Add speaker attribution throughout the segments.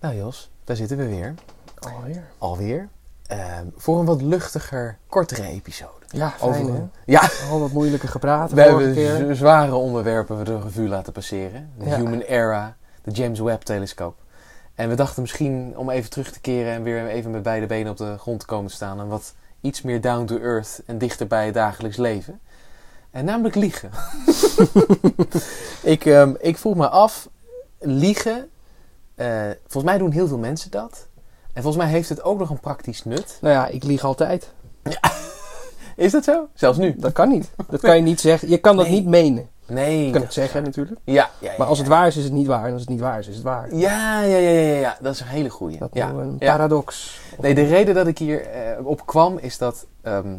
Speaker 1: Nou Jos, daar zitten we weer. Oh,
Speaker 2: Alweer.
Speaker 1: Alweer. Ehm, voor een wat luchtiger, kortere episode.
Speaker 2: Ja, fijn
Speaker 1: Over-
Speaker 2: hè?
Speaker 1: Ja,
Speaker 2: Al wat moeilijke gepraat
Speaker 1: we
Speaker 2: de vorige
Speaker 1: hebben
Speaker 2: keer.
Speaker 1: z- zware onderwerpen de revue laten passeren. De
Speaker 2: Ja.
Speaker 1: Human Era, de James Webb telescoop. En we dachten misschien om even terug te keren en weer even met beide benen op de grond te komen staan. En wat iets meer down to earth en dichter bij het dagelijks leven. En namelijk liegen. ik, ehm, ik vroeg me af, liegen, eh, volgens mij doen heel veel mensen dat. En volgens mij heeft het ook nog een praktisch nut.
Speaker 2: Nou ja, ik lieg altijd.
Speaker 1: Is dat zo? Zelfs nu?
Speaker 2: Dat kan niet. Dat kan je niet zeggen. Je kan dat
Speaker 1: Nee.
Speaker 2: niet menen.
Speaker 1: Nee.
Speaker 2: Je kan het zeggen natuurlijk.
Speaker 1: Ja, ja, ja,
Speaker 2: Maar als het
Speaker 1: ja.
Speaker 2: waar is, is het niet waar. En als het niet waar is, is het waar.
Speaker 1: Ja, ja, ja, ja, ja, dat is een hele goeie.
Speaker 2: Dat
Speaker 1: ja.
Speaker 2: noemen we een
Speaker 1: ja.
Speaker 2: paradox.
Speaker 1: Nee, de reden dat ik hier eh, op kwam is dat ehm,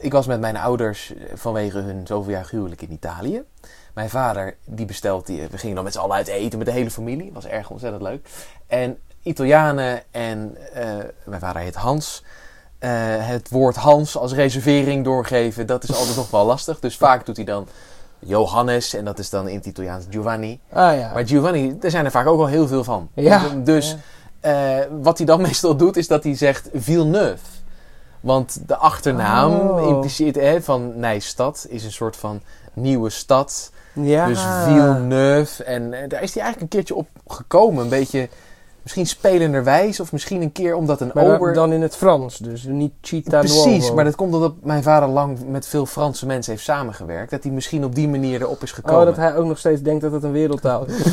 Speaker 1: ik was met mijn ouders eh, vanwege hun zoveel jaar huwelijk in Italië. Mijn vader, die bestelt, die, eh, we gingen dan met z'n allen uit eten met de hele familie. Was erg ontzettend leuk. En Italianen en eh, mijn vader heet Hans. eh, het woord Hans als reservering doorgeven, dat is altijd nog wel lastig. Dus vaak doet hij dan Johannes en dat is dan in het Italiaans Giovanni.
Speaker 2: Ah ja.
Speaker 1: Maar Giovanni, er zijn er vaak ook al heel veel van.
Speaker 2: Ja.
Speaker 1: Dus
Speaker 2: Ja.
Speaker 1: eh, wat hij dan meestal doet, is dat hij zegt Villeneuve. Want de achternaam
Speaker 2: Oh.
Speaker 1: impliceert hè, van Nijstad is een soort van nieuwe stad.
Speaker 2: ja.
Speaker 1: Dus Villeneuve. En eh, daar is hij eigenlijk een keertje op gekomen. Een beetje, misschien spelenderwijs. Of misschien een keer omdat een
Speaker 2: Maar
Speaker 1: ober...
Speaker 2: dan in het Frans. Dus niet Chita
Speaker 1: Precies,
Speaker 2: Nuovo.
Speaker 1: maar dat komt omdat mijn vader lang met veel Franse mensen heeft samengewerkt. Dat hij misschien op die manier erop is gekomen.
Speaker 2: Oh, dat hij ook nog steeds denkt dat het een wereldtaal is.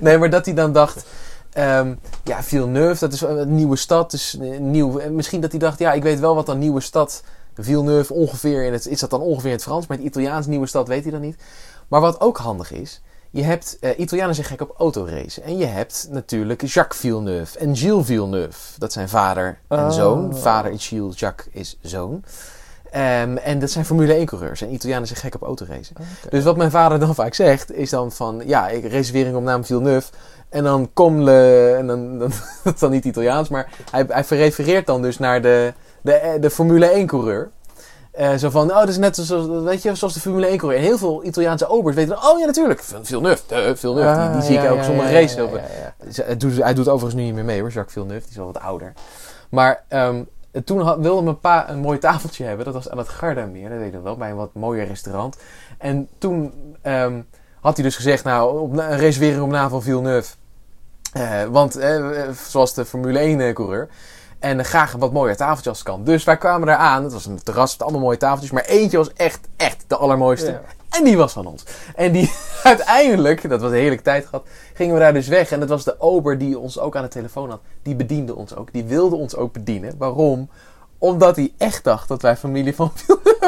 Speaker 1: nee, maar dat hij dan dacht... ehm ja, Villeneuve, dat is een nieuwe stad. Dus eh, nieuw. En Misschien dat hij dacht, ja, ik weet wel wat een nieuwe stad... Villeneuve ongeveer in het... Is dat dan ongeveer in het Frans? Maar het Italiaans nieuwe stad weet hij dan niet. Maar wat ook handig is... Je hebt... eh, Italianen zijn gek op autoracen. En je hebt natuurlijk Jacques Villeneuve en Gilles Villeneuve. Dat zijn vader en
Speaker 2: Oh.
Speaker 1: zoon. Vader is Gilles, Jacques is zoon. Ehm, en dat zijn Formule 1-coureurs. En Italianen zijn gek op autoracen.
Speaker 2: Ah,
Speaker 1: Dus wat mijn vader dan vaak zegt, is dan van... Ja, ik reservering op naam Villeneuve. En dan kom le... En dan, dan, dat is dan niet Italiaans, maar hij, hij refereert dan dus naar de, de, de Formule 1-coureur. Eh, zo van, oh, dat is net zoals, weet je, zoals de Formule 1-coureur. En heel veel Italiaanse obers weten dan... Oh ja, natuurlijk, Villeneuve, de Villeneuve. die, die
Speaker 2: Ah,
Speaker 1: zie
Speaker 2: ja,
Speaker 1: ik ook
Speaker 2: ja,
Speaker 1: zonder
Speaker 2: ja,
Speaker 1: race.
Speaker 2: ja,
Speaker 1: op-
Speaker 2: ja, ja.
Speaker 1: ze- het doet- hij doet overigens nu niet meer mee hoor, Jacques Villeneuve, die is al wat ouder. Maar ehm, toen had, wilde mijn pa een mooi tafeltje hebben, dat was aan het Gardameer, dat weet ik nog wel, bij een wat mooier restaurant. En toen ehm, had hij dus gezegd, nou, op, na- een reservering op naam van Villeneuve. Eh, want, eh, zoals de Formule 1-coureur. En eh, graag een wat mooier tafeltje als het kan. Dus wij kwamen daar aan. Het was een terras met allemaal mooie tafeltjes. Maar eentje was echt, echt de allermooiste.
Speaker 2: Ja.
Speaker 1: En die was van ons. En die uiteindelijk, dat was een heerlijke tijd gehad, gingen we daar dus weg. En dat was de ober die ons ook aan de telefoon had. Die bediende ons ook. Die wilde ons ook bedienen. Waarom? Omdat hij echt dacht dat wij familie van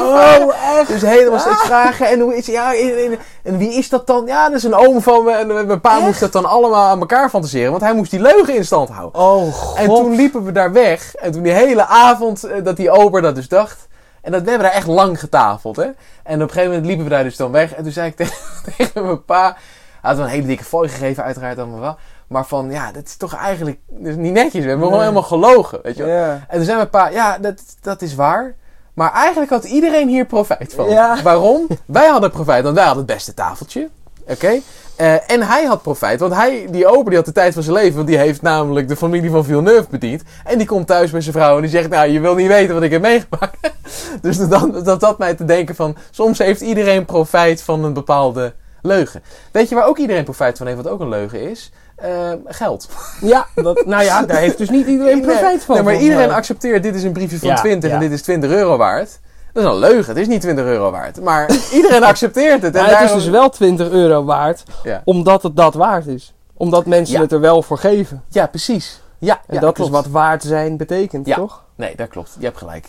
Speaker 2: Oh, echt?
Speaker 1: dus helemaal steeds vragen. En, hoe is, ja, en, en- en wie is dat dan? Ja, dat is een oom van me. En mijn pa moest dat dan allemaal aan elkaar fantaseren. Want hij moest die leugen in stand houden.
Speaker 2: Oh, god.
Speaker 1: En toen liepen we daar weg. En toen die hele avond eh, dat die ober dat dus dacht. En dat, we hebben daar echt lang getafeld. Hè? En op een gegeven moment liepen we daar dus dan weg. En toen zei ik tegen, tegen mijn pa... Hij had wel een hele dikke fooi gegeven, uiteraard allemaal wel. Maar van, ja, dat is toch eigenlijk dat is niet netjes. We hebben gewoon
Speaker 2: Nee.
Speaker 1: helemaal gelogen, weet je wel.
Speaker 2: Ja.
Speaker 1: En toen zei mijn pa, ja, dat, dat is waar. Maar eigenlijk had iedereen hier profijt van.
Speaker 2: Ja.
Speaker 1: Waarom? Wij hadden profijt, want wij hadden het beste tafeltje. Oké? Eh, en hij had profijt, want hij, die ober die had de tijd van zijn leven. Want die heeft namelijk de familie van Villeneuve bediend. En die komt thuis bij zijn vrouw en die zegt, nou, je wil niet weten wat ik heb meegemaakt. dus dat, dat dat mij te denken van, soms heeft iedereen profijt van een bepaalde leugen. Weet je waar ook iedereen profijt van heeft, wat ook een leugen is? Eh, geld.
Speaker 2: Ja, dat, nou ja, daar heeft dus niet iedereen profijt van.
Speaker 1: Nee, maar
Speaker 2: volgens
Speaker 1: iedereen
Speaker 2: mij.
Speaker 1: accepteert dit is een briefje van
Speaker 2: Ja,
Speaker 1: 20 en
Speaker 2: ja.
Speaker 1: dit is 20 euro waard. Dat is een leugen, het is niet 20 euro waard. Maar iedereen accepteert het. En
Speaker 2: Maar het is
Speaker 1: daarom-
Speaker 2: dus wel 20 euro waard,
Speaker 1: Ja.
Speaker 2: omdat het dat waard is. Omdat mensen
Speaker 1: Ja.
Speaker 2: het er wel voor geven.
Speaker 1: Ja, precies. Ja,
Speaker 2: En
Speaker 1: ja,
Speaker 2: dat
Speaker 1: klopt.
Speaker 2: is wat waard zijn betekent,
Speaker 1: Ja.
Speaker 2: toch?
Speaker 1: Nee, dat klopt. Je hebt gelijk.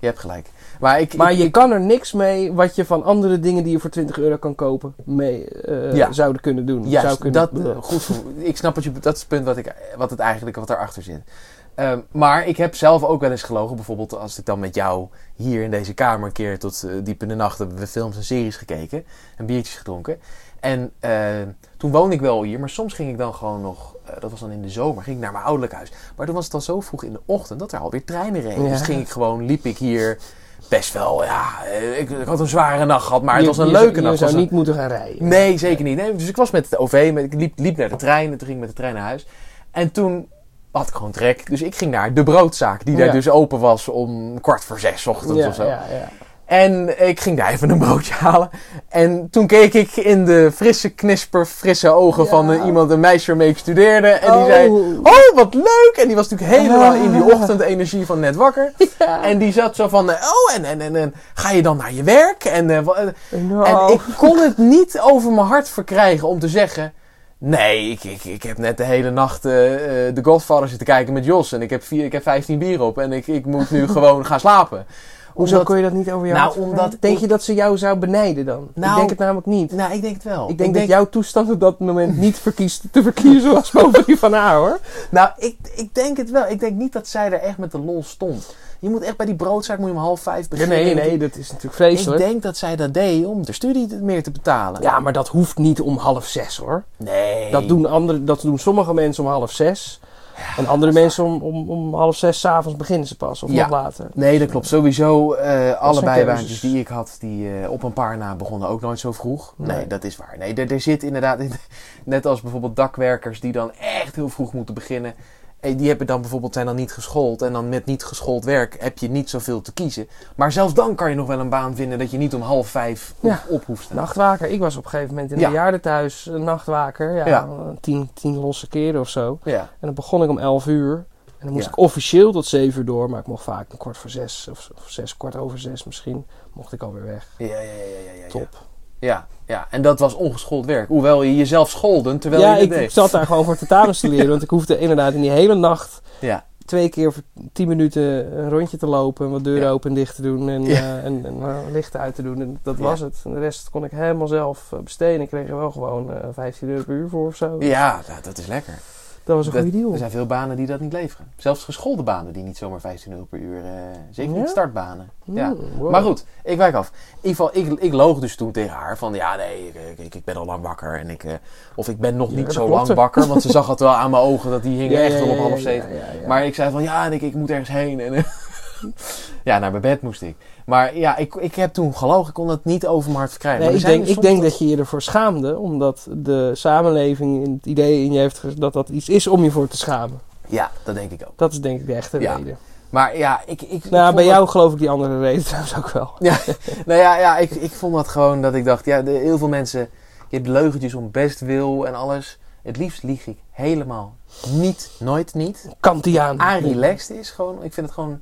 Speaker 1: Je hebt gelijk. Maar ik...
Speaker 2: Maar
Speaker 1: ik-
Speaker 2: je kan er niks mee wat je van andere dingen die je voor 20 euro kan kopen, mee eh,
Speaker 1: Ja.
Speaker 2: zouden kunnen doen.
Speaker 1: Juist,
Speaker 2: zou kunnen
Speaker 1: dat, eh, goed, voor- ik snap wat je, dat is het punt wat, ik, wat het eigenlijk wat erachter zit. Ehm, maar ik heb zelf ook wel eens gelogen. Bijvoorbeeld als ik dan met jou hier in deze kamer een keer tot eh, diep in de nacht hebben we films en series gekeken. En biertjes gedronken. En eh, toen woonde ik wel hier, maar soms ging ik dan gewoon nog, eh, dat was dan in de zomer, ging ik naar mijn ouderlijk huis. Maar toen was het dan zo vroeg in de ochtend dat er alweer treinen reden.
Speaker 2: Ja.
Speaker 1: Dus ging ik gewoon, liep ik hier best wel, ja, eh, ik, ik had een zware nacht gehad, maar het
Speaker 2: Je-
Speaker 1: was een
Speaker 2: je-
Speaker 1: leuke nacht.
Speaker 2: Je
Speaker 1: Het
Speaker 2: zou
Speaker 1: was een-
Speaker 2: niet moeten gaan rijden.
Speaker 1: Nee, zeker niet. Nee, dus ik was met de OV, met, ik liep, liep naar de trein en toen ging ik met de trein naar huis. En toen had ik gewoon trek, dus ik ging naar de broodzaak, die daar
Speaker 2: Ja.
Speaker 1: dus open was om kwart voor zes 's ochtends
Speaker 2: ja,
Speaker 1: of zo.
Speaker 2: ja, ja.
Speaker 1: En ik ging daar even een broodje halen. En toen keek ik in de frisse knisper, frisse ogen
Speaker 2: Ja.
Speaker 1: van eh, iemand, een meisje waarmee ik studeerde. En die
Speaker 2: Oh.
Speaker 1: zei, oh wat leuk! En die was natuurlijk helemaal in die
Speaker 2: Ah.
Speaker 1: ochtendenergie van net wakker.
Speaker 2: Ja.
Speaker 1: En die zat zo van, eh, oh en, en, en, en ga je dan naar je werk? En, eh, wa- eh,
Speaker 2: Nou.
Speaker 1: en ik kon het niet over mijn hart verkrijgen om te zeggen... Nee, ik, ik, ik heb net de hele nacht eh, eh, The Godfather zitten kijken met Jos. En ik heb, vier, ik heb 15 bier op en ik, ik moet nu gewoon gaan slapen.
Speaker 2: Hoezo
Speaker 1: Omdat-
Speaker 2: kon je dat niet over jou
Speaker 1: Nou,
Speaker 2: laten
Speaker 1: omdat
Speaker 2: vertellen? Denk
Speaker 1: ik-
Speaker 2: je dat ze jou zou benijden dan?
Speaker 1: Nou,
Speaker 2: ik denk het namelijk niet.
Speaker 1: Nou, ik denk het wel.
Speaker 2: ik denk dat jouw toestand op dat moment niet verkiest te verkiezen was boven die van haar hoor.
Speaker 1: Nou, ik, ik denk het wel. Ik denk niet dat zij er echt met de lol stond. Je moet echt bij die broodzaak moet je om half vijf
Speaker 2: Ja,
Speaker 1: beginnen.
Speaker 2: nee, nee, dat is natuurlijk
Speaker 1: Ik
Speaker 2: vreselijk.
Speaker 1: denk dat zij dat deed om de studie meer te betalen.
Speaker 2: Ja, maar dat hoeft niet om half zes hoor.
Speaker 1: Nee.
Speaker 2: Dat, doen andere, dat doen sommige mensen om half zes. en andere mensen om, om, om half zes s'avonds beginnen ze pas. Of
Speaker 1: Ja.
Speaker 2: nog later.
Speaker 1: Nee, dat klopt. Sowieso, eh, alle
Speaker 2: keuzes.
Speaker 1: bijbaantjes die ik had, die eh, op een paar na begonnen ook nooit zo vroeg. Nee,
Speaker 2: Nee.
Speaker 1: dat is waar. Nee, er, er zit inderdaad, in- net als bijvoorbeeld dakwerkers die dan echt heel vroeg moeten beginnen. Eh, Die hebben dan bijvoorbeeld, zijn dan niet geschoold. En dan met niet geschoold werk heb je niet zoveel te kiezen. Maar zelfs dan kan je nog wel een baan vinden dat je niet om half vijf op,
Speaker 2: Ja.
Speaker 1: op hoeft te staan.
Speaker 2: Nachtwaker. Ik was op een gegeven moment in
Speaker 1: Ja.
Speaker 2: een bejaardentehuis een eh, nachtwaker. Ja,
Speaker 1: Ja.
Speaker 2: Tien, tien losse keren of zo.
Speaker 1: Ja.
Speaker 2: En dan begon ik om 11 uur. En dan moest
Speaker 1: Ja.
Speaker 2: ik officieel tot 7 uur door, maar ik mocht vaak een kwart voor zes of, of zes, kwart over zes misschien, mocht ik alweer weg.
Speaker 1: Ja, ja, ja, ja, ja, ja.
Speaker 2: Top.
Speaker 1: Ja, ja, en dat was ongeschoold werk. Hoewel je jezelf scholden terwijl
Speaker 2: ja,
Speaker 1: je het
Speaker 2: ik
Speaker 1: deed.
Speaker 2: zat daar gewoon voor tentamens te leren, want ik hoefde inderdaad in die hele nacht
Speaker 1: Ja.
Speaker 2: twee keer voor 10 minuten een rondje te lopen, en wat deuren
Speaker 1: Ja.
Speaker 2: open en dicht te doen en,
Speaker 1: Ja.
Speaker 2: eh, en, en eh, lichten uit te doen. En dat
Speaker 1: Ja.
Speaker 2: was het. En de rest kon ik helemaal zelf eh, besteden. Ik kreeg er wel gewoon eh 15 euro per uur voor of zo.
Speaker 1: Ja, nou, dat is lekker.
Speaker 2: Dat was een
Speaker 1: Dat-
Speaker 2: goede deal.
Speaker 1: Er zijn veel banen die dat niet leveren. Zelfs geschoolde banen die niet zomaar 15 euro per uur. eh, zeker
Speaker 2: Ja?
Speaker 1: niet startbanen. Ja.
Speaker 2: Mm, wow.
Speaker 1: Maar goed, ik wijk af. In ieder geval, ik, ik loog dus toen tegen haar van... Ja, nee, ik, ik, ik ben al lang wakker. En ik, eh, of ik ben nog
Speaker 2: Ja,
Speaker 1: niet
Speaker 2: dat
Speaker 1: zo
Speaker 2: klopte.
Speaker 1: lang wakker. Want ze zag het wel aan mijn ogen dat die hingen
Speaker 2: Ja,
Speaker 1: echt
Speaker 2: ja,
Speaker 1: om op
Speaker 2: ja,
Speaker 1: half
Speaker 2: ja,
Speaker 1: zeven.
Speaker 2: ja, ja, ja.
Speaker 1: Maar ik zei van, ja, en ik, ik moet ergens heen. En, eh, ja, naar mijn bed moest ik. Maar ja, ik, ik heb toen gelogen. Ik kon het niet over mijn hart verkrijgen.
Speaker 2: Nee,
Speaker 1: Maar
Speaker 2: ik
Speaker 1: er zijn
Speaker 2: denk,
Speaker 1: dus
Speaker 2: ik
Speaker 1: soms
Speaker 2: denk dat je je ervoor schaamde, omdat de samenleving het idee in je heeft ge- dat dat iets is om je voor te schamen.
Speaker 1: dat- Ja, dat denk ik ook.
Speaker 2: Dat is denk ik de echte
Speaker 1: Ja.
Speaker 2: reden.
Speaker 1: Maar ja, ik... ik ik
Speaker 2: Nou,
Speaker 1: vond
Speaker 2: bij
Speaker 1: dat-
Speaker 2: jou geloof ik die andere reden trouwens ook wel.
Speaker 1: Ja, nou ja, ja ik, ik vond dat gewoon dat ik dacht, ja, de, heel veel mensen, je hebt leugentjes om best wil en alles. Het liefst lieg ik helemaal niet, nooit niet.
Speaker 2: Kantiaan.
Speaker 1: A relaxed is gewoon, ik vind het gewoon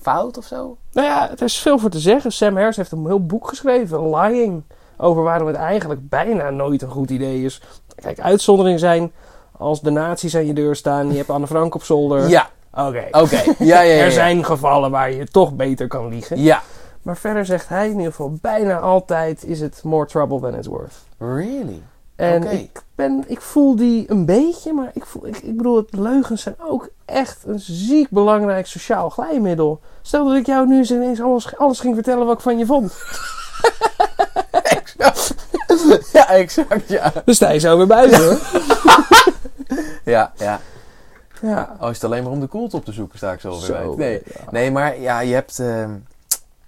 Speaker 1: fout of zo.
Speaker 2: Nou ja, er is veel voor te zeggen. Sam Harris heeft een heel boek geschreven, Lying, over waarom het eigenlijk bijna nooit een goed idee is. Kijk, uitzonderingen zijn als de nazi's aan je deur staan, je hebt Anne Frank op zolder.
Speaker 1: Ja,
Speaker 2: Oké.
Speaker 1: oké. Ja, ja, ja, ja.
Speaker 2: Er zijn gevallen waar je toch beter kan liegen.
Speaker 1: Ja.
Speaker 2: Maar verder zegt hij in ieder geval bijna altijd is het more trouble than it's worth.
Speaker 1: Really?
Speaker 2: En
Speaker 1: Oké.
Speaker 2: ik, ben, ik voel die een beetje, maar ik, voel, ik, ik bedoel, het leugens zijn ook echt een ziek belangrijk sociaal glijmiddel. Stel dat ik jou nu eens ineens alles, alles ging vertellen wat ik van je vond.
Speaker 1: Ja, exact, ja.
Speaker 2: Dan sta je zo weer buiten hoor.
Speaker 1: Ja, ja.
Speaker 2: Ja.
Speaker 1: Oh, is het alleen maar om de koelte op te zoeken, sta ik zo weer
Speaker 2: Zo,
Speaker 1: bij. Nee.
Speaker 2: ja.
Speaker 1: nee, maar ja, je hebt, ehm,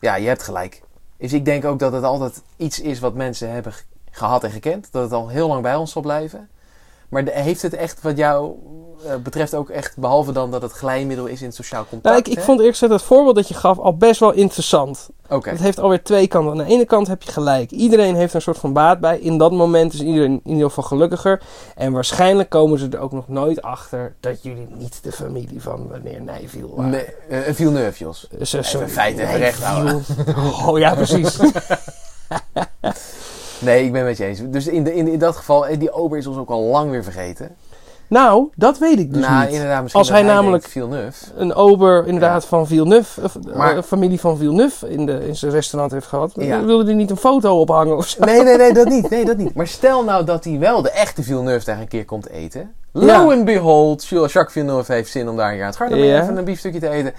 Speaker 1: ja, je hebt gelijk. Dus ik denk ook dat het altijd iets is wat mensen hebben ge- gehad en gekend. Dat het al heel lang bij ons zal blijven. Maar de- heeft het echt wat jou eh, betreft ook echt, behalve dan dat het glijmiddel is in het sociaal contact?
Speaker 2: Nou, ik, ik
Speaker 1: hè?
Speaker 2: vond eerlijk gezegd het voorbeeld dat je gaf al best wel interessant.
Speaker 1: Oké,
Speaker 2: Het heeft alweer twee kanten. Aan de ene kant heb je gelijk. Iedereen heeft er een soort van baat bij. In dat moment is iedereen in ieder geval gelukkiger. En waarschijnlijk komen ze er ook nog nooit achter dat jullie niet de familie van meneer Nijviel waren.
Speaker 1: nee, eh, Villeneuve, Jos.
Speaker 2: Eh, zo- sorry,
Speaker 1: feiten even recht houden.
Speaker 2: Nijviel. Oh ja, precies.
Speaker 1: Nee, ik ben het met je eens. Dus in, de, in, in dat geval, eh, die ober is ons ook al lang weer vergeten.
Speaker 2: nou, dat weet ik dus
Speaker 1: nou,
Speaker 2: niet.
Speaker 1: inderdaad, misschien
Speaker 2: Als
Speaker 1: dat
Speaker 2: hij namelijk-
Speaker 1: denkt Villeneuve.
Speaker 2: Een ober inderdaad van Villeneuve, of, eh,
Speaker 1: Maar-
Speaker 2: een familie van Villeneuve in, de, in zijn restaurant heeft gehad.
Speaker 1: Ja.
Speaker 2: Wilde hij niet een foto ophangen of zo?
Speaker 1: Nee, nee, nee, dat niet. Nee, dat niet. Maar stel nou dat hij wel de echte Villeneuve daar een keer komt eten. Lo and behold, Jules- Jacques Villeneuve heeft zin om daar een jaar het garnaal
Speaker 2: Ja.
Speaker 1: even een biefstukje te eten.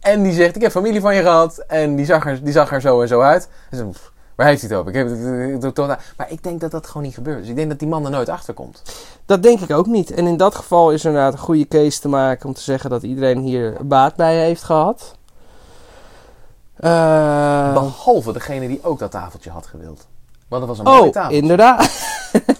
Speaker 1: En die zegt, ik heb familie van je gehad. En die zag er, die zag er zo en zo uit. En zo, "Pff, waar heeft hij het over? Ik heb het- eh, het- het- het- het- Maar ik denk dat dat gewoon niet gebeurt. Dus ik denk dat die man er nooit achter komt.
Speaker 2: Dat denk ik ook niet. En in dat geval is er inderdaad een goede case te maken om te zeggen dat iedereen hier baat bij heeft gehad. Eh,
Speaker 1: Behalve degene die ook dat tafeltje had gewild. Want dat was een mooi
Speaker 2: oh,
Speaker 1: tafeltje.
Speaker 2: inderdaad.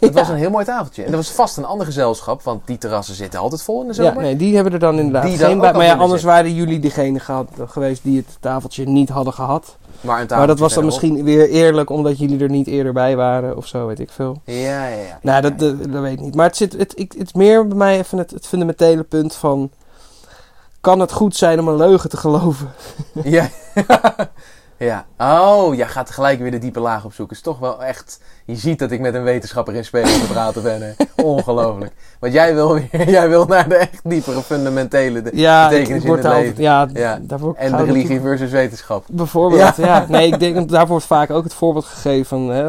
Speaker 1: Het was een heel mooi tafeltje. En er was vast een ander gezelschap, want die terrassen zitten altijd vol in de
Speaker 2: Ja,
Speaker 1: zomer.
Speaker 2: nee, die hebben er dan inderdaad
Speaker 1: Die daar
Speaker 2: geen
Speaker 1: ook
Speaker 2: bij.
Speaker 1: al
Speaker 2: Maar ja,
Speaker 1: binnen
Speaker 2: anders waren jullie degene gehad, geweest die het tafeltje niet hadden gehad.
Speaker 1: Maar, een
Speaker 2: Maar dat was dan
Speaker 1: tafeltje verderop.
Speaker 2: misschien weer eerlijk omdat jullie er niet eerder bij waren of zo, weet ik veel.
Speaker 1: Ja, ja, ja.
Speaker 2: Nou,
Speaker 1: Ja,
Speaker 2: dat,
Speaker 1: ja.
Speaker 2: dat, dat weet ik niet. Maar het zit het, ik, het is meer bij mij even het, het fundamentele punt van... Kan het goed zijn om een leugen te geloven?
Speaker 1: Ja. ja. Oh, jij gaat gelijk weer de diepe laag opzoeken. Is toch wel echt. Je ziet dat ik met een wetenschapper in spelen te praten ben. Hè? Ongelooflijk. Want jij wil, weer- jij wil naar de echt diepere, fundamentele. de-
Speaker 2: Ja,
Speaker 1: Betekenis
Speaker 2: ik
Speaker 1: in
Speaker 2: word
Speaker 1: het
Speaker 2: daar
Speaker 1: leven.
Speaker 2: ja,
Speaker 1: Ja.
Speaker 2: daarvoor
Speaker 1: en
Speaker 2: ga
Speaker 1: de
Speaker 2: ik
Speaker 1: religie
Speaker 2: natuurlijk-
Speaker 1: versus wetenschap.
Speaker 2: Bijvoorbeeld, ja. Nee, ik denk, dat daarvoor wordt vaak ook het voorbeeld gegeven van... Hè,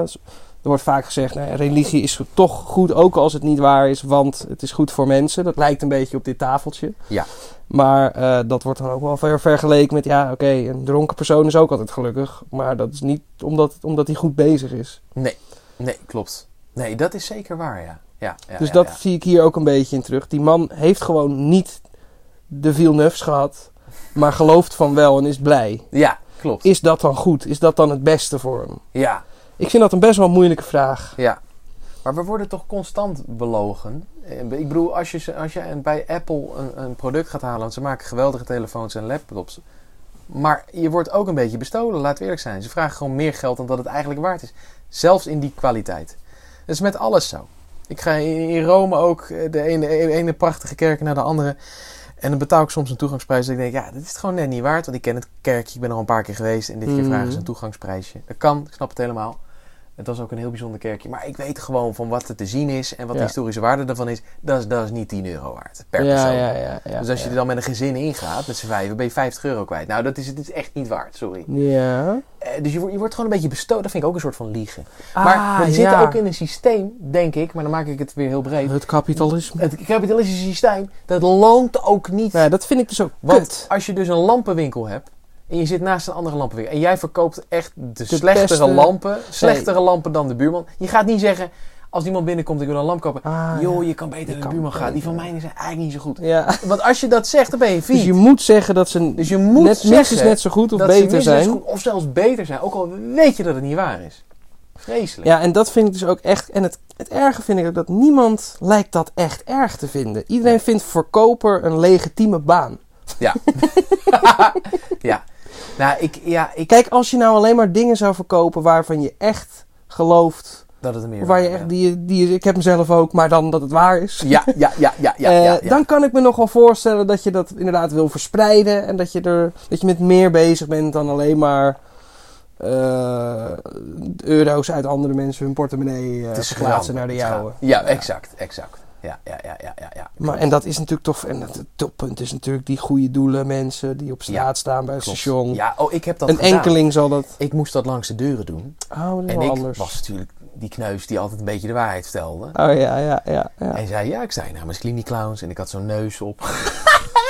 Speaker 2: er wordt vaak gezegd, nou, ja, religie is toch goed, ook als het niet waar is, want het is goed voor mensen. Dat lijkt een beetje op dit tafeltje.
Speaker 1: Ja.
Speaker 2: Maar eh, dat wordt dan ook wel ver vergeleken met, ja, oké, een dronken persoon is ook altijd gelukkig. Maar dat is niet omdat, omdat hij goed bezig is.
Speaker 1: Nee, klopt. Nee, dat is zeker waar, ja. ja, ja
Speaker 2: dus
Speaker 1: ja,
Speaker 2: dat
Speaker 1: ja.
Speaker 2: zie ik hier ook een beetje in terug. Die man heeft gewoon niet de Villeneuve's gehad, maar gelooft van wel en is blij.
Speaker 1: Ja, klopt.
Speaker 2: Is dat dan goed? Is dat dan het beste voor hem?
Speaker 1: Ja,
Speaker 2: Ik vind dat een best wel moeilijke vraag.
Speaker 1: ja. Maar we worden toch constant belogen? Eh, Ik bedoel, als je, ze- als je een- bij Apple een, een product gaat halen, want ze maken geweldige telefoons en laptops. Maar je wordt ook een beetje bestolen, laten we eerlijk zijn. Ze vragen gewoon meer geld dan dat het eigenlijk waard is. Zelfs in die kwaliteit. Dat is met alles zo. Ik ga in in Rome ook eh, de ene, e- ene prachtige kerk naar de andere. En dan betaal ik soms een toegangsprijs. Dat ik denk, ja, dit is het gewoon net niet waard. Want ik ken het kerkje, ik ben er al een paar keer geweest. En dit keer
Speaker 2: Mhm.
Speaker 1: vragen ze een toegangsprijsje. Dat kan, ik snap het helemaal. Het was ook een heel bijzonder kerkje. Maar ik weet gewoon van wat er te zien is en wat
Speaker 2: Ja.
Speaker 1: de historische waarde daarvan is. Dat is, dat is niet 10 euro waard per
Speaker 2: ja,
Speaker 1: persoon.
Speaker 2: ja, ja, ja.
Speaker 1: dus als je
Speaker 2: ja.
Speaker 1: er dan met een gezin ingaat, met z'n vijven, ben je 50 euro kwijt. Nou, dat is, het is echt niet waard, sorry.
Speaker 2: Ja.
Speaker 1: Eh, dus je, wordt- je wordt gewoon een beetje bestoten. Dat vind ik ook een soort van liegen.
Speaker 2: Ah,
Speaker 1: maar maar die zitten
Speaker 2: ja.
Speaker 1: ook in een systeem, denk ik, maar dan maak ik het weer heel breed.
Speaker 2: Het kapitalisme.
Speaker 1: Het kapitalistische systeem, dat loont ook niet.
Speaker 2: Nou, ja, dat vind ik dus ook
Speaker 1: Want
Speaker 2: kut.
Speaker 1: als je dus een lampenwinkel hebt en je zit naast een andere lampenwinkel en jij verkoopt echt de, slechtere
Speaker 2: beste-
Speaker 1: lampen, slechtere lampen dan de buurman. Je gaat niet zeggen als iemand binnenkomt ik wil een lamp kopen.
Speaker 2: Ah,
Speaker 1: Joh,
Speaker 2: ja.
Speaker 1: je kan beter
Speaker 2: Je
Speaker 1: naar de
Speaker 2: kan
Speaker 1: buurman gaan. Die
Speaker 2: beter.
Speaker 1: van mij is eigenlijk niet zo goed.
Speaker 2: Ja.
Speaker 1: Want als je dat zegt, dan ben je vies.
Speaker 2: Dus je moet zeggen dat ze
Speaker 1: Dus je moet
Speaker 2: net, minstens
Speaker 1: zeggen
Speaker 2: net zo goed of
Speaker 1: dat ze
Speaker 2: beter
Speaker 1: minstens
Speaker 2: zijn.
Speaker 1: goed of zelfs beter zijn, ook al weet je dat het niet waar is. Vreselijk.
Speaker 2: Ja, en dat vind ik dus ook echt. En het, het erge vind ik ook dat niemand lijkt dat echt erg te vinden. Iedereen
Speaker 1: Nee.
Speaker 2: vindt verkoper een legitieme baan.
Speaker 1: Nou, ik, ja, ik,
Speaker 2: Kijk, als je nou alleen maar dingen zou verkopen waarvan je echt gelooft.
Speaker 1: dat het een meer
Speaker 2: of waar je echt. Die, je- die, je- ik heb mezelf ook, maar dan dat het waar is.
Speaker 1: Ja, ja, ja, ja, ja,
Speaker 2: Eh,
Speaker 1: ja, ja.
Speaker 2: Dan kan ik me nog wel voorstellen dat je dat inderdaad wil verspreiden. En dat je, er, dat je met meer bezig bent dan alleen maar eh, euro's uit andere mensen hun portemonnee eh,
Speaker 1: schaam.
Speaker 2: verplaatsen naar de
Speaker 1: Het is schaam.
Speaker 2: jouwe.
Speaker 1: Ja, exact, exact. Ja, ja, ja, ja, ja. ja.
Speaker 2: Maar, en dat is natuurlijk toch. En het toppunt is natuurlijk die goede doelen, mensen die op straat staan bij het
Speaker 1: Klopt.
Speaker 2: station.
Speaker 1: Ja, oh, ik heb dat
Speaker 2: een
Speaker 1: gedaan.
Speaker 2: enkeling zal dat.
Speaker 1: Ik moest dat langs de deuren doen.
Speaker 2: Oh, dat is
Speaker 1: en
Speaker 2: wel
Speaker 1: ik
Speaker 2: anders.
Speaker 1: was natuurlijk die kneus die altijd een beetje de waarheid vertelde.
Speaker 2: Oh ja, ja, ja. ja.
Speaker 1: Hij zei, ja, ik zei namens Clinic Clowns en ik had zo'n neus op.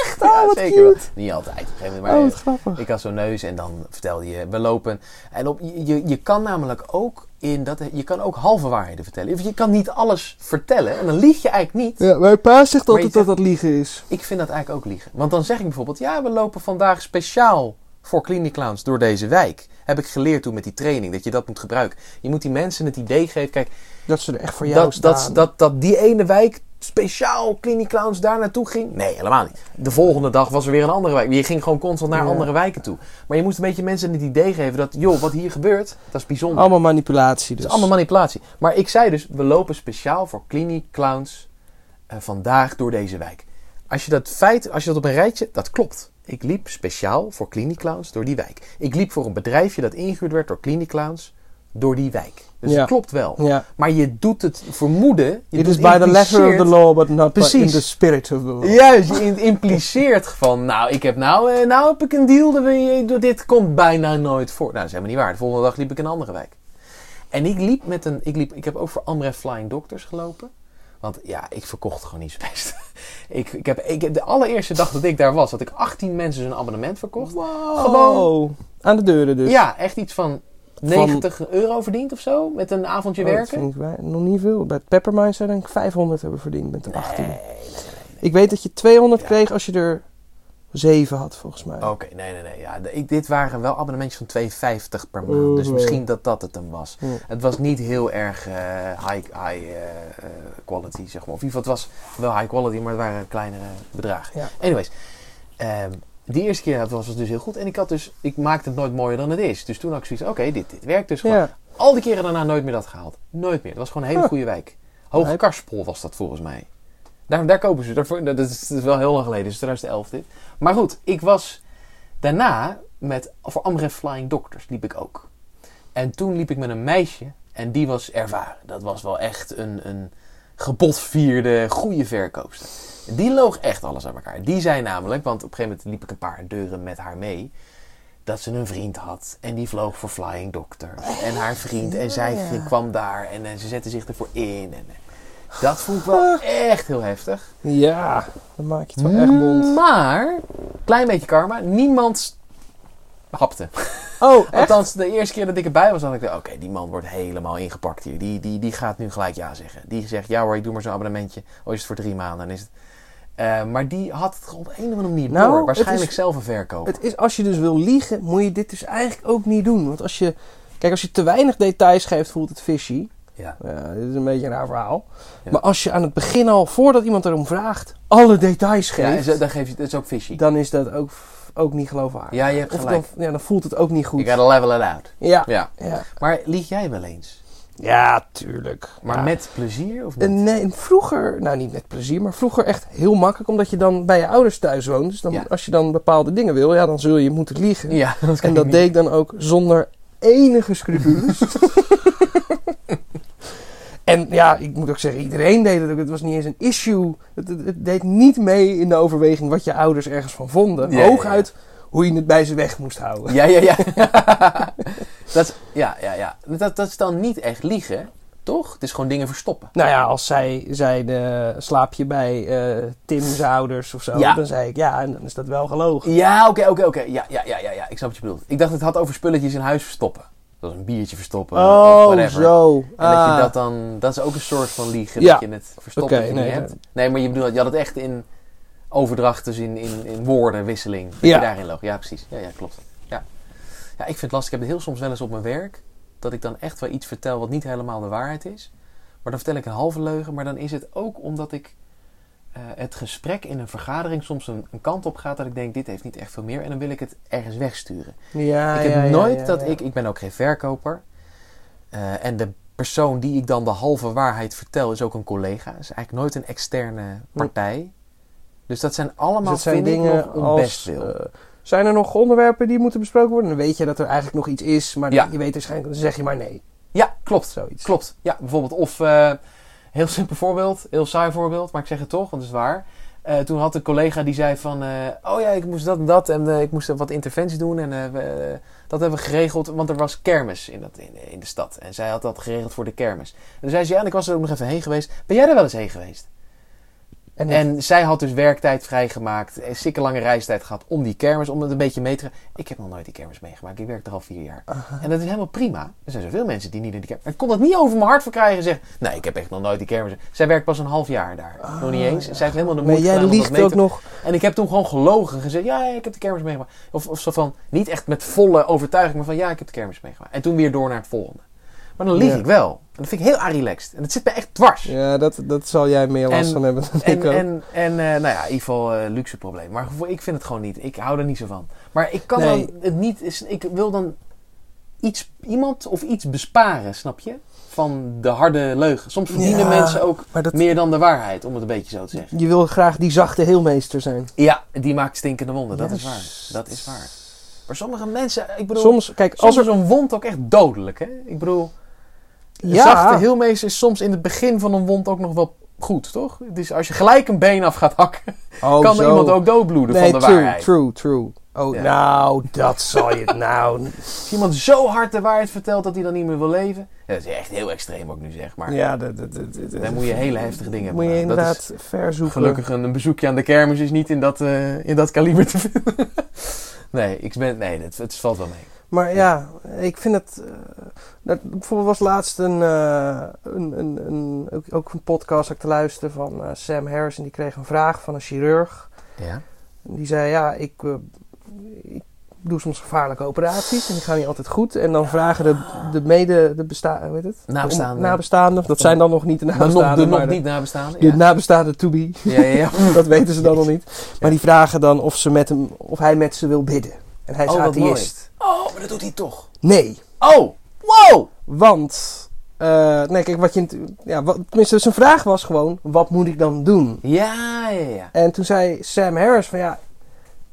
Speaker 1: Echt?
Speaker 2: Oh, wat
Speaker 1: zeker wel. Niet altijd. op een gegeven moment,
Speaker 2: oh,
Speaker 1: maar
Speaker 2: wat grappig.
Speaker 1: ik had zo'n neus en dan vertelde je, we lopen. En op, je- je, je kan namelijk ook in dat, je kan ook halve waarheden vertellen. Of Je kan niet alles vertellen en dan lieg je eigenlijk niet.
Speaker 2: Ja, mijn pa zegt
Speaker 1: Maar je
Speaker 2: altijd dat dat liegen is.
Speaker 1: Ik vind dat eigenlijk ook liegen. Want dan zeg ik bijvoorbeeld, ja, we lopen vandaag speciaal voor Clinic Clowns door deze wijk. Heb ik geleerd toen met die training, dat je dat moet gebruiken. Je moet die mensen het idee geven, kijk,
Speaker 2: Dat ze er echt voor jou
Speaker 1: dat,
Speaker 2: staan.
Speaker 1: dat, dat, dat die ene wijk speciaal Clinic Clowns daar naartoe ging. Nee, helemaal niet. De volgende dag was er weer een andere wijk. Je ging gewoon constant naar
Speaker 2: Ja.
Speaker 1: andere wijken toe. Maar je moest een beetje mensen het idee geven dat, joh, wat hier gebeurt, dat is bijzonder.
Speaker 2: Allemaal manipulatie dus.
Speaker 1: Het is allemaal manipulatie. Maar ik zei dus, we lopen speciaal voor Clinic Clowns eh, vandaag door deze wijk. Als je dat feit, als je dat op een rijtje, dat klopt. Ik liep speciaal voor Clinic Clowns door die wijk. Ik liep voor een bedrijfje dat ingehuurd werd door Clinic Clowns door die wijk. Dus
Speaker 2: Ja.
Speaker 1: dat klopt wel.
Speaker 2: Ja.
Speaker 1: Maar je doet het vermoeden. Je
Speaker 2: It
Speaker 1: doet
Speaker 2: is by the letter of the law, but not by- in
Speaker 1: Precies.
Speaker 2: the spirit of the law.
Speaker 1: Juist, je in- impliceert van, nou, ik heb nou, eh, nou heb ik een deal, dat we- eh, dit komt bijna nooit voor. Nou, dat is helemaal niet waar. De volgende dag liep ik in een andere wijk. En ik liep met een, ik, liep, ik heb ook voor Amre Flying Doctors gelopen. Want ja, ik verkocht gewoon niet zo best. ik, ik, heb, ik heb de allereerste dag dat ik daar was, had ik 18 mensen hun abonnement verkocht.
Speaker 2: Wow.
Speaker 1: Gewoon-
Speaker 2: Oh, Aan de deuren dus.
Speaker 1: Ja, echt iets van
Speaker 2: Van-
Speaker 1: 90 euro verdiend of zo, met een avondje
Speaker 2: Oh, dat
Speaker 1: werken.
Speaker 2: vind ik bij- nog niet veel. Bij het Peppermint zou ik denk ik 500 hebben verdiend met de 18.
Speaker 1: Nee, nee, nee.
Speaker 2: Ik weet dat je 200
Speaker 1: Ja. Oh.
Speaker 2: kreeg als je er zeven had, volgens mij.
Speaker 1: Oké, nee, nee, nee. Ja, de- ik, dit waren wel abonnementjes van 2,50 per maand. Dus
Speaker 2: Mhm.
Speaker 1: misschien dat dat het hem was.
Speaker 2: Ja.
Speaker 1: Het was niet heel erg eh, high, high eh, eh, quality, zeg maar. Of in ieder geval, het was wel high quality, maar het waren kleinere bedragen.
Speaker 2: Ja.
Speaker 1: Anyways, ehm, die eerste keer dat was het dus heel goed. En ik had dus, ik maakte het nooit mooier dan het is. Dus toen had ik zoiets, oké, dit, dit werkt dus gewoon.
Speaker 2: Ja.
Speaker 1: Al die keren daarna nooit meer dat gehaald. Nooit meer. Het was gewoon een hele
Speaker 2: Huh.
Speaker 1: goede wijk. Hoge
Speaker 2: Lijp. Karspel
Speaker 1: was dat volgens mij. Daar, daar kopen ze. Daarvoor, dat, is, dat is wel heel lang geleden. Dus 2011 dit. Maar goed, ik was daarna met, voor Amref Flying Doctors liep ik ook. En toen liep ik met een meisje. En die was ervaren. Dat was wel echt een, een gebotvierde, goede verkoopster. Die loog echt alles aan elkaar. Die zei namelijk, want op een gegeven moment liep ik een paar deuren met haar mee dat ze een vriend had. En die vloog voor Flying Doctor. En haar vriend. En zij
Speaker 2: Ja.
Speaker 1: kwam daar. En, eh, ze zette zich ervoor in. En, eh, dat vond ik wel echt heel heftig.
Speaker 2: ja, dan maak je het wel echt bond.
Speaker 1: Maar, klein beetje karma. Niemand hapte.
Speaker 2: Oh, echt?
Speaker 1: Althans, de eerste keer dat ik erbij was, had ik dacht, oké, die man wordt helemaal ingepakt hier. Die, die, die gaat nu gelijk ja zeggen. Die zegt, ja hoor, ik doe maar zo'n abonnementje. Oh, is het voor drie maanden. Dan is het... Eh, maar die had het op een of andere manier
Speaker 2: Nou,
Speaker 1: door.
Speaker 2: het
Speaker 1: Waarschijnlijk
Speaker 2: is-
Speaker 1: zelf een verkoop.
Speaker 2: Het is, als je dus wil liegen, moet je dit dus eigenlijk ook niet doen. Want als je, kijk, als je te weinig details geeft, voelt het fishy.
Speaker 1: Ja.
Speaker 2: Ja, dit is een beetje een raar verhaal.
Speaker 1: Ja.
Speaker 2: Maar als je aan het begin al, voordat iemand erom vraagt, alle details
Speaker 1: Ja, en
Speaker 2: geeft,
Speaker 1: zo- dan geef je, dat is ook fishy.
Speaker 2: dan is dat ook, ook niet geloofwaardig.
Speaker 1: Ja, je hebt
Speaker 2: of
Speaker 1: gelijk.
Speaker 2: dan, ja, dan voelt het ook niet goed.
Speaker 1: You gotta level it out.
Speaker 2: Ja,
Speaker 1: Ja.
Speaker 2: ja.
Speaker 1: Maar lieg jij wel eens?
Speaker 2: ja, tuurlijk.
Speaker 1: Maar
Speaker 2: Ja.
Speaker 1: met plezier of niet?
Speaker 2: Eh, Nee, vroeger, nou niet met plezier, maar vroeger echt heel makkelijk, omdat je dan bij je ouders thuis woont. Dus dan,
Speaker 1: Ja.
Speaker 2: als je dan bepaalde dingen wil, ja, dan zul je moeten liegen.
Speaker 1: Ja, dat kan
Speaker 2: En
Speaker 1: ik
Speaker 2: dat
Speaker 1: niet.
Speaker 2: deed ik dan ook zonder enige scrupules. en ja, ik moet ook zeggen, iedereen deed het ook. Het was niet eens een issue. Het, het- het deed niet mee in de overweging wat je ouders ergens van vonden.
Speaker 1: Ja, ja, ja.
Speaker 2: Hooguit hoe je het bij ze weg moest houden.
Speaker 1: Ja, ja, ja. dat, is- ja, ja, ja. Dat, dat is dan niet echt liegen, toch? Het is gewoon dingen verstoppen.
Speaker 2: Nou ja, als zij zeiden, slaap je bij eh Tim's ouders of zo,
Speaker 1: Ja.
Speaker 2: dan zei ik ja, en dan is dat wel gelogen.
Speaker 1: Ja, oké, oké, oké. Ja, ja, ja, ja, ja. Ik snap wat je bedoelt. Ik dacht het had over spulletjes in huis verstoppen. Dat is een biertje verstoppen of
Speaker 2: Oh,
Speaker 1: whatever.
Speaker 2: zo.
Speaker 1: En dat je
Speaker 2: Ah.
Speaker 1: dat dan... Dat is ook een soort van liegen,
Speaker 2: Ja.
Speaker 1: dat je het verstopt
Speaker 2: Oké,
Speaker 1: dat je het niet
Speaker 2: nee,
Speaker 1: hebt.
Speaker 2: dat-
Speaker 1: Nee, maar je bedoelt, je had het echt in overdracht, dus in, in, in woordenwisseling. Dat
Speaker 2: Ja.
Speaker 1: je daarin loog. Ja, precies. Ja, ja klopt. Ja. ja, ik vind het lastig. Ik heb het heel soms wel eens op mijn werk, dat ik dan echt wel iets vertel wat niet helemaal de waarheid is. Maar dan vertel ik een halve leugen, maar dan is het ook omdat ik... eh, het gesprek in een vergadering soms een, een kant op gaat dat ik denk, dit heeft niet echt veel meer. En dan wil ik het ergens wegsturen.
Speaker 2: Ja,
Speaker 1: Ik heb
Speaker 2: ja, ja,
Speaker 1: nooit
Speaker 2: ja,
Speaker 1: dat
Speaker 2: ja.
Speaker 1: ik, ik ben ook geen verkoper. Eh, en de persoon die ik dan de halve waarheid vertel is ook een collega. Is eigenlijk nooit een externe partij. Dus dat zijn
Speaker 2: Dus
Speaker 1: allemaal
Speaker 2: dat zijn
Speaker 1: vind
Speaker 2: dingen
Speaker 1: ik nog
Speaker 2: als...
Speaker 1: onbestwil.
Speaker 2: eh, zijn er nog onderwerpen die moeten besproken worden? Dan weet je dat er eigenlijk nog iets is, maar
Speaker 1: Ja.
Speaker 2: je weet waarschijnlijk, dan zeg je maar nee.
Speaker 1: ja, klopt.
Speaker 2: Zoiets.
Speaker 1: Klopt. Ja, bijvoorbeeld. Of eh, heel simpel voorbeeld, heel saai voorbeeld, maar ik zeg het toch, want het is waar. Eh, toen had een collega die zei van, eh, oh ja, ik moest dat en dat en eh, ik moest wat interventies doen en eh, we, eh, dat hebben we geregeld, want er was kermis in, dat, in, in de stad. En zij had dat geregeld voor de kermis. En toen zei ze, ja, en ik was er ook nog even heen geweest. Ben jij er wel eens heen geweest?
Speaker 2: En, dan-
Speaker 1: En zij had dus werktijd vrijgemaakt, eh, sikke lange reistijd gehad om die kermis, om het een beetje mee te gaan. Ik heb nog nooit die kermis meegemaakt, ik werk er al vier jaar. En dat is helemaal prima. Er zijn zoveel mensen die niet in die kermis... Ik kon dat niet over mijn hart verkrijgen en zeggen, nee, ik heb echt nog nooit die kermis. Zij werkt pas een half jaar daar, nog niet eens. Zij heeft helemaal de
Speaker 2: Ah. maar
Speaker 1: moeite
Speaker 2: jij
Speaker 1: gedaan om dat
Speaker 2: liegt
Speaker 1: mee te-
Speaker 2: ook nog.
Speaker 1: En ik heb toen gewoon gelogen, gezegd, ja, ik heb de kermis meegemaakt. Of, of zo van, niet echt met volle overtuiging, maar van, ja, ik heb de kermis meegemaakt. En toen weer door naar het volgende. Maar dan lieg
Speaker 2: Ja.
Speaker 1: ik wel. En dat vind ik heel relaxed. En dat zit mij echt dwars.
Speaker 2: Ja, dat, dat zal jij meer last
Speaker 1: En-
Speaker 2: van hebben dan ik
Speaker 1: En,
Speaker 2: ook.
Speaker 1: en, en eh, nou ja, in ieder geval eh, luxe probleem. Maar voor- ik vind het gewoon niet. Ik hou er niet zo van. Maar ik kan
Speaker 2: Nee.
Speaker 1: dan het niet. is- Ik wil dan iets, iemand of iets besparen, snap je? Van de harde leugen. Soms verdienen
Speaker 2: Ja,
Speaker 1: mensen ook
Speaker 2: maar dat-
Speaker 1: meer dan de waarheid, om het een beetje zo te zeggen.
Speaker 2: Je wil graag die zachte heelmeester zijn.
Speaker 1: Ja, die maakt stinkende wonden. Oh, Dat is
Speaker 2: Juist.
Speaker 1: waar. Dat is waar. Maar sommige mensen, ik bedoel, soms,
Speaker 2: Soms, kijk, als er...
Speaker 1: is een wond ook echt dodelijk, hè? Ik bedoel, de
Speaker 2: Ja.
Speaker 1: zachte heelmeester is soms in het begin van een wond ook nog wel goed, toch? Dus als je gelijk een been af gaat hakken,
Speaker 2: Oh,
Speaker 1: kan er
Speaker 2: zo.
Speaker 1: iemand ook doodbloeden
Speaker 2: nee,
Speaker 1: van de
Speaker 2: true,
Speaker 1: waarheid.
Speaker 2: true, true. Oh,
Speaker 1: Ja.
Speaker 2: nou, dat zal je... nou,
Speaker 1: Als iemand zo hard de waarheid vertelt dat hij dan niet meer wil leven. Ja, dat is echt heel extreem ook nu zeg maar.
Speaker 2: ja, dat, dat, dat, dat-
Speaker 1: Dan moet je hele heftige dingen
Speaker 2: Moet je
Speaker 1: hebben. Dat
Speaker 2: inderdaad verzoeken.
Speaker 1: is gelukkig een, een bezoekje aan de kermis is niet in dat, eh, in dat kaliber te vinden. nee, ik ben, nee het, het valt wel mee.
Speaker 2: Maar ja, ik vind het. eh, dat, bijvoorbeeld was laatst een, eh, een, een, een, ook, ook een podcast dat ik te luisteren van eh, Sam Harris. En die kreeg een vraag van een chirurg.
Speaker 1: Ja.
Speaker 2: Die zei, ja, ik, eh, ik doe soms gevaarlijke operaties en die gaan niet altijd goed. En dan vragen de, de mede, de besta, hoe heet het?
Speaker 1: Nabestaanden.
Speaker 2: Om- nabestaanden, dat zijn dan nog niet de
Speaker 1: Maar
Speaker 2: nabestaanden.
Speaker 1: nog, de nog
Speaker 2: maar de-
Speaker 1: niet nabestaanden.
Speaker 2: De
Speaker 1: Ja.
Speaker 2: nabestaande to be.
Speaker 1: ja, ja, ja.
Speaker 2: dat weten ze dan nog niet. Maar die vragen dan of, ze met hem, of hij met ze wil bidden. En hij is
Speaker 1: Oh, wat
Speaker 2: atheïst.
Speaker 1: Oh, maar dat doet hij toch.
Speaker 2: Nee,
Speaker 1: Oh, wow!
Speaker 2: want... eh, nee, kijk, wat je... natu- Ja, wat, tenminste, zijn vraag was gewoon... Wat moet ik dan doen?
Speaker 1: Ja, ja, ja.
Speaker 2: En toen zei Sam Harris van ja...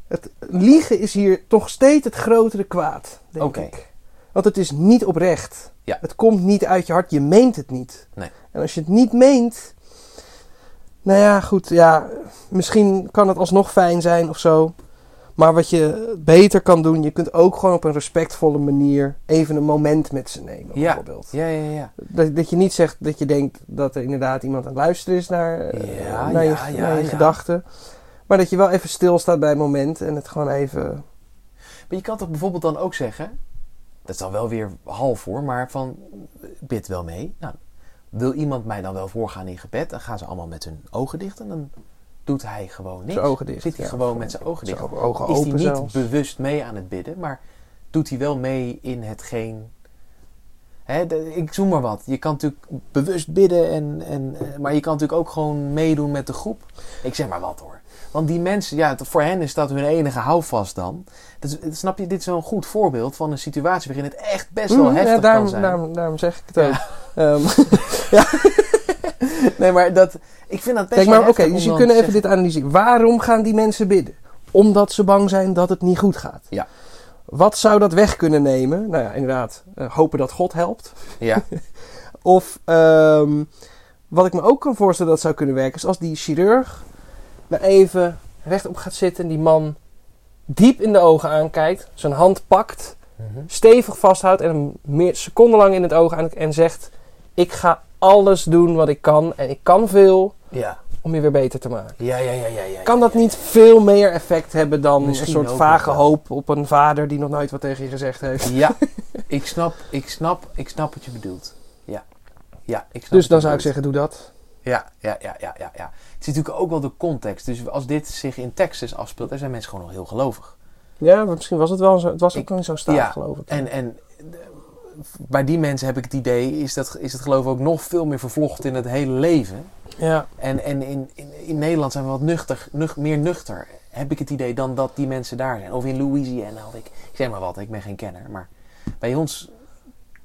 Speaker 2: Het liegen is hier toch steeds het grotere kwaad, denk
Speaker 1: Oké.
Speaker 2: ik. Want het is niet oprecht.
Speaker 1: Ja.
Speaker 2: Het komt niet uit je hart. Je meent het niet.
Speaker 1: Nee.
Speaker 2: En als je het niet meent... Nou ja, goed. Ja, misschien kan het alsnog fijn zijn of zo. Maar wat je beter kan doen... Je kunt ook gewoon op een respectvolle manier... even een moment met ze nemen,
Speaker 1: Ja.
Speaker 2: bijvoorbeeld.
Speaker 1: Ja, ja, ja.
Speaker 2: Dat, dat je niet zegt dat je denkt dat er inderdaad iemand aan het luisteren is naar, eh,
Speaker 1: Ja,
Speaker 2: naar je,
Speaker 1: ja, ja,
Speaker 2: naar je
Speaker 1: ja.
Speaker 2: gedachten. Maar dat je wel even stilstaat bij het moment en het gewoon even.
Speaker 1: Maar je kan toch bijvoorbeeld dan ook zeggen... Dat is dan wel weer half hoor, maar van... Bid wel mee. Nou, wil iemand mij dan wel voorgaan in gebed? Dan gaan ze allemaal met hun ogen dicht en dan doet hij gewoon niks.
Speaker 2: Zijn ogen dicht,
Speaker 1: Zit hij
Speaker 2: ja.
Speaker 1: gewoon met zijn ogen dicht.
Speaker 2: Zijn ogen
Speaker 1: is hij
Speaker 2: open
Speaker 1: niet
Speaker 2: zelfs.
Speaker 1: bewust mee aan het bidden, maar doet hij wel mee in hetgeen. Hè, de- ik zoem maar wat. Je kan natuurlijk bewust bidden, en, en, eh, maar je kan natuurlijk ook gewoon meedoen met de groep. Ik zeg maar wat hoor. Want die mensen, ja, t- voor hen is dat hun enige houvast dan. Dat is- dat snap je, dit is zo'n goed voorbeeld van een situatie waarin het echt best wel
Speaker 2: Mm,
Speaker 1: heftig
Speaker 2: ja, daarom,
Speaker 1: kan zijn.
Speaker 2: Daarom, daarom zeg ik het
Speaker 1: Ja.
Speaker 2: ook. Ehm,
Speaker 1: Nee, maar dat, ik vind dat best
Speaker 2: kijk
Speaker 1: wel
Speaker 2: maar, oké,
Speaker 1: heftig om
Speaker 2: dus je
Speaker 1: dan
Speaker 2: kunt
Speaker 1: te
Speaker 2: even dit analyseren. Waarom gaan die mensen bidden? Omdat ze bang zijn dat het niet goed gaat.
Speaker 1: Ja.
Speaker 2: Wat zou dat weg kunnen nemen? Nou ja, inderdaad, eh, hopen dat God helpt.
Speaker 1: zeggen- Ja,
Speaker 2: Of ehm, wat ik me ook kan voorstellen dat zou kunnen werken, is als die chirurg nou even rechtop gaat zitten en die man diep in de ogen aankijkt, zijn hand pakt,
Speaker 1: Mhm.
Speaker 2: stevig vasthoudt en hem meer, secondenlang in het oog aan en zegt: Ik ga alles doen wat ik kan en ik kan veel
Speaker 1: ja,
Speaker 2: om je weer beter te maken.
Speaker 1: ja, ja, ja, ja. ja
Speaker 2: Kan dat niet veel meer effect hebben dan
Speaker 1: Misschien
Speaker 2: een soort
Speaker 1: ook
Speaker 2: vage
Speaker 1: nog wel.
Speaker 2: hoop op een vader die nog nooit wat tegen je gezegd heeft?
Speaker 1: Ja, ik snap, ik snap, ik snap wat je bedoelt. Ja. Ja, ik snap
Speaker 2: Dus
Speaker 1: wat je
Speaker 2: dan zou ik
Speaker 1: bedoelt.
Speaker 2: zeggen: Doe dat.
Speaker 1: Ja, ja, ja, ja, ja, ja. Het is natuurlijk ook wel de context. Dus als dit zich in Texas afspeelt, daar zijn mensen gewoon nog heel gelovig.
Speaker 2: Ja, maar misschien was het wel zo. Het was ook
Speaker 1: Ik-
Speaker 2: in zo'n staat,
Speaker 1: ja,
Speaker 2: geloof ik.
Speaker 1: En, en eh, bij die mensen heb ik het idee, is, dat, is het geloof ook nog veel meer vervlochten in het hele leven.
Speaker 2: ja.
Speaker 1: En, en in, in, in Nederland zijn we wat nuchter, nuch- meer nuchter, heb ik het idee, dan dat die mensen daar zijn. Of in Louisiana, of ik, ik zeg maar wat, ik ben geen kenner. Maar bij ons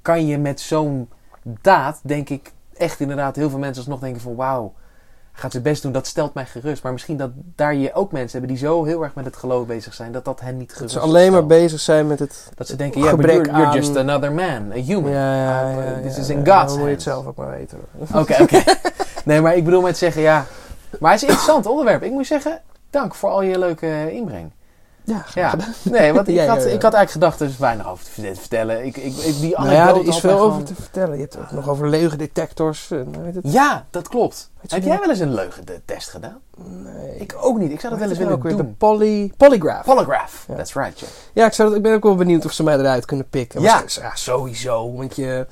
Speaker 1: kan je met zo'n daad, denk ik, echt inderdaad heel veel mensen alsnog denken van... Wauw, hij gaat zijn best doen, dat stelt mij gerust. Maar misschien dat daar je ook mensen hebben die zo heel erg met het geloof bezig zijn, dat dat dus hen niet
Speaker 2: Dat
Speaker 1: gerust
Speaker 2: ze alleen maar
Speaker 1: stelt.
Speaker 2: bezig zijn met het.
Speaker 1: Dat ze denken, ja,
Speaker 2: gebrek
Speaker 1: you're, you're
Speaker 2: aan-
Speaker 1: just another man, a human.
Speaker 2: ja,
Speaker 1: Ah, dit is in
Speaker 2: ja,
Speaker 1: God's
Speaker 2: Dan moet je
Speaker 1: hands.
Speaker 2: het zelf ook maar weten. hoor.
Speaker 1: Oké, oké. Nee, maar ik bedoel met zeggen, ja. Maar het is een interessant onderwerp. Ik moet zeggen, dank voor al je leuke eh, inbreng.
Speaker 2: Ja,
Speaker 1: Ja. Nee, want ik,
Speaker 2: Ja, ja,
Speaker 1: had,
Speaker 2: ja.
Speaker 1: ik had eigenlijk gedacht, er is weinig over te vert- vertellen. Ik, ik, ik, die
Speaker 2: Nou ja,
Speaker 1: anekdote
Speaker 2: er is
Speaker 1: had
Speaker 2: veel
Speaker 1: mij
Speaker 2: over
Speaker 1: gewoon-
Speaker 2: te vertellen. Je hebt het ook nog over leugendetectors. En, eh, weet het?
Speaker 1: Ja, dat klopt.
Speaker 2: Weet je
Speaker 1: Heb
Speaker 2: niet?
Speaker 1: jij wel eens een leugendetest gedaan?
Speaker 2: Nee.
Speaker 1: Ik ook niet. Ik zou dat wel eens willen
Speaker 2: De
Speaker 1: doen.
Speaker 2: poly, polygraph.
Speaker 1: Polygraph.
Speaker 2: Ja.
Speaker 1: That's right, Jack.
Speaker 2: ja, ik, zou dat, ik ben ook wel benieuwd of ze mij eruit kunnen pikken.
Speaker 1: Ja.
Speaker 2: Maar ze- ja, sowieso. Want je,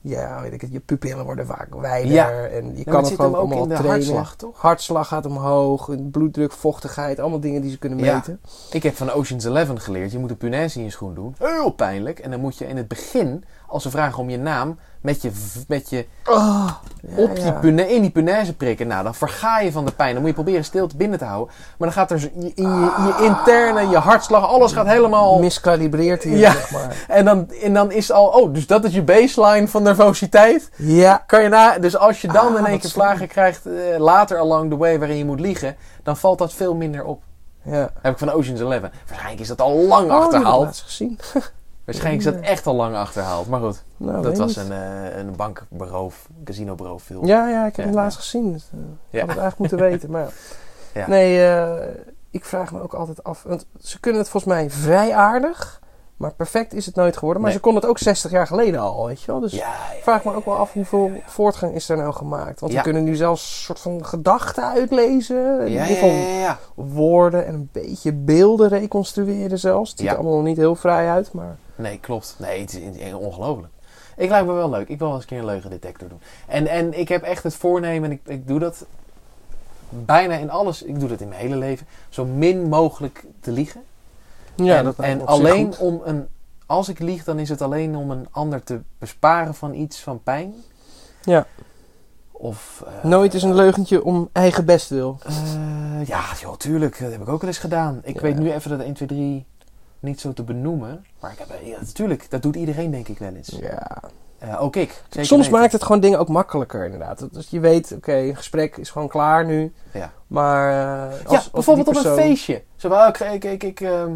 Speaker 2: ja, weet ik het, je pupillen worden vaak wijder.
Speaker 1: Ja.
Speaker 2: En je
Speaker 1: Ja,
Speaker 2: kan
Speaker 1: maar
Speaker 2: het
Speaker 1: het zit hem
Speaker 2: gewoon
Speaker 1: ook
Speaker 2: allemaal
Speaker 1: in de
Speaker 2: trainen.
Speaker 1: hartslag, toch?
Speaker 2: Hartslag gaat omhoog. Bloeddruk, vochtigheid. Allemaal dingen die ze kunnen
Speaker 1: Ja.
Speaker 2: meten.
Speaker 1: Ik heb van Ocean's Eleven geleerd, je moet een punaise in je schoen doen. Heel pijnlijk. En dan moet je in het begin, als ze vragen om je naam, met je, v- met je
Speaker 2: Ja,
Speaker 1: op die
Speaker 2: ja.
Speaker 1: puna- in die punaise prikken. Nou, dan verga je van de pijn. Dan moet je proberen stilte binnen te houden. Maar dan gaat er zo- je- in je, je interne, je hartslag, alles gaat
Speaker 2: Oh.
Speaker 1: helemaal...
Speaker 2: Miskalibreerd hier,
Speaker 1: Ja.
Speaker 2: zeg maar.
Speaker 1: En dan, en dan is het al... Oh, dus dat is je baseline van nervositeit.
Speaker 2: Ja.
Speaker 1: Kan je na, dus als je dan
Speaker 2: Ah,
Speaker 1: in één
Speaker 2: wat
Speaker 1: keer
Speaker 2: slim.
Speaker 1: vlagen krijgt, eh, later along the way, waarin je moet liegen... dan valt dat veel minder op.
Speaker 2: ja.
Speaker 1: Heb ik van Ocean's Eleven. Waarschijnlijk is dat al lang
Speaker 2: Oh, die heb ik
Speaker 1: achterhaald.
Speaker 2: laatst gezien.
Speaker 1: Waarschijnlijk is dat echt al lang achterhaald. Maar goed,
Speaker 2: Nou,
Speaker 1: dat
Speaker 2: weet
Speaker 1: was
Speaker 2: niet.
Speaker 1: een, eh een bankberoof, casinobroeffilm.
Speaker 2: Ja, ja, ik heb
Speaker 1: Ja,
Speaker 2: hem laatst gezien. Dus, eh,
Speaker 1: Ja.
Speaker 2: had het eigenlijk moeten weten. Maar ja.
Speaker 1: Ja.
Speaker 2: Nee, eh, ik vraag me ook altijd af. Want ze kunnen het volgens mij vrij aardig. Maar perfect is het nooit geworden. Maar
Speaker 1: Nee.
Speaker 2: ze konden het ook 60 jaar geleden al, weet je wel. Dus
Speaker 1: ja,
Speaker 2: ik vraag me ook wel af hoeveel voortgang is er nou gemaakt. Want
Speaker 1: Ja.
Speaker 2: we kunnen nu zelfs een soort van gedachten uitlezen. In
Speaker 1: ja,
Speaker 2: ieder geval
Speaker 1: ja, ja, ja.
Speaker 2: woorden en een beetje beelden reconstrueren zelfs. Het ziet
Speaker 1: Ja.
Speaker 2: er allemaal nog niet heel vrij uit, maar...
Speaker 1: Nee, klopt. Nee, het is in- in- ongelooflijk. Ik lijkt me wel leuk. Ik wil wel eens een keer een leugendetector doen. En, en ik heb echt het voornemen, en ik, ik doe dat bijna in alles, ik doe dat in mijn hele leven, zo min mogelijk te liegen.
Speaker 2: Ja,
Speaker 1: en
Speaker 2: dat lijkt
Speaker 1: en
Speaker 2: me op zich
Speaker 1: alleen
Speaker 2: goed.
Speaker 1: om een. Als ik lieg, dan is het alleen om een ander te besparen van iets, van pijn.
Speaker 2: Ja.
Speaker 1: Of. eh,
Speaker 2: Nooit is een leugentje om eigen best wil.
Speaker 1: eh, ja, joh, tuurlijk. Dat heb ik ook wel eens gedaan. Ik
Speaker 2: Ja.
Speaker 1: weet nu even dat 1, 2, 3 niet zo te benoemen. Maar ik heb. Ja, natuurlijk, dat doet iedereen denk ik wel eens.
Speaker 2: Ja.
Speaker 1: Eh, ook ik. Zeker
Speaker 2: Soms
Speaker 1: weten.
Speaker 2: maakt het gewoon dingen ook makkelijker, inderdaad. Dat- Dus je weet, oké, een gesprek is gewoon klaar nu.
Speaker 1: Ja.
Speaker 2: Maar eh, als, als
Speaker 1: ja, bijvoorbeeld
Speaker 2: die
Speaker 1: op een
Speaker 2: persoon-
Speaker 1: feestje. Zo, van, oh, ik, ik, ik, ik, ehm,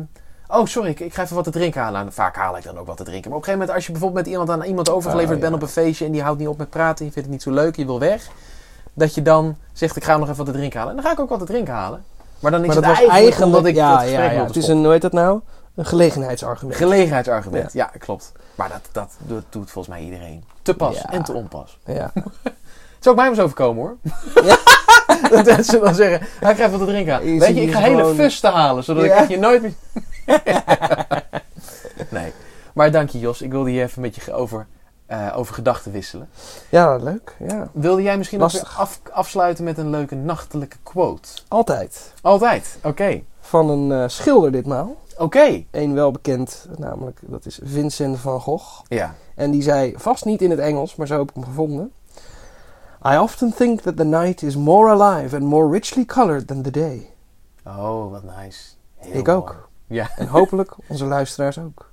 Speaker 1: oh, sorry, ik, ik ga even wat te drinken halen. Nou, Vaak haal ik dan ook wat te drinken. Maar op een gegeven moment, als je bijvoorbeeld met iemand aan iemand overgeleverd
Speaker 2: Oh, ja.
Speaker 1: bent op een feestje en die houdt niet op met praten, je vindt het niet zo leuk, je wil weg, dat je dan zegt: Ik ga nog even wat te drinken halen. En dan ga ik ook wat te drinken halen. Maar dan is
Speaker 2: Maar
Speaker 1: het
Speaker 2: dat was
Speaker 1: eigenlijk,
Speaker 2: eigenlijk...
Speaker 1: omdat ik dat
Speaker 2: ja,
Speaker 1: gesprek
Speaker 2: ja,
Speaker 1: wilde
Speaker 2: ja. Het is
Speaker 1: stoppen.
Speaker 2: een, hoe heet dat nou? Een gelegenheidsargument.
Speaker 1: gelegenheidsargument. Ja, klopt. Maar dat, dat, dat doet volgens mij iedereen. Te pas
Speaker 2: Ja.
Speaker 1: en te onpas.
Speaker 2: ja.
Speaker 1: Het zou ook mij eens overkomen hoor.
Speaker 2: Ja.
Speaker 1: dat mensen dan zeggen, hij krijgt wat te drinken aan.
Speaker 2: Je
Speaker 1: Weet
Speaker 2: ziet
Speaker 1: je, ik
Speaker 2: hier
Speaker 1: ga hele
Speaker 2: gewoon-
Speaker 1: fusten halen, zodat ik
Speaker 2: Ja.
Speaker 1: echt je nooit meer... nee. Maar dank je Jos, ik wilde hier even met je over, eh, over gedachten wisselen.
Speaker 2: ja, leuk. Ja.
Speaker 1: Wilde jij misschien nog
Speaker 2: Lastig.
Speaker 1: weer af, afsluiten met een leuke nachtelijke quote?
Speaker 2: Altijd.
Speaker 1: Altijd, oké.
Speaker 2: Van een eh, schilder ditmaal.
Speaker 1: Oké.
Speaker 2: Eén welbekend, namelijk, dat is Vincent van Gogh.
Speaker 1: Ja.
Speaker 2: En die zei, vast niet in het Engels, maar zo heb ik hem gevonden. I often think that the night is more alive and more richly colored than the day.
Speaker 1: Oh, wat nice. Heel
Speaker 2: ik
Speaker 1: mooi.
Speaker 2: ook.
Speaker 1: Ja.
Speaker 2: En hopelijk onze luisteraars ook.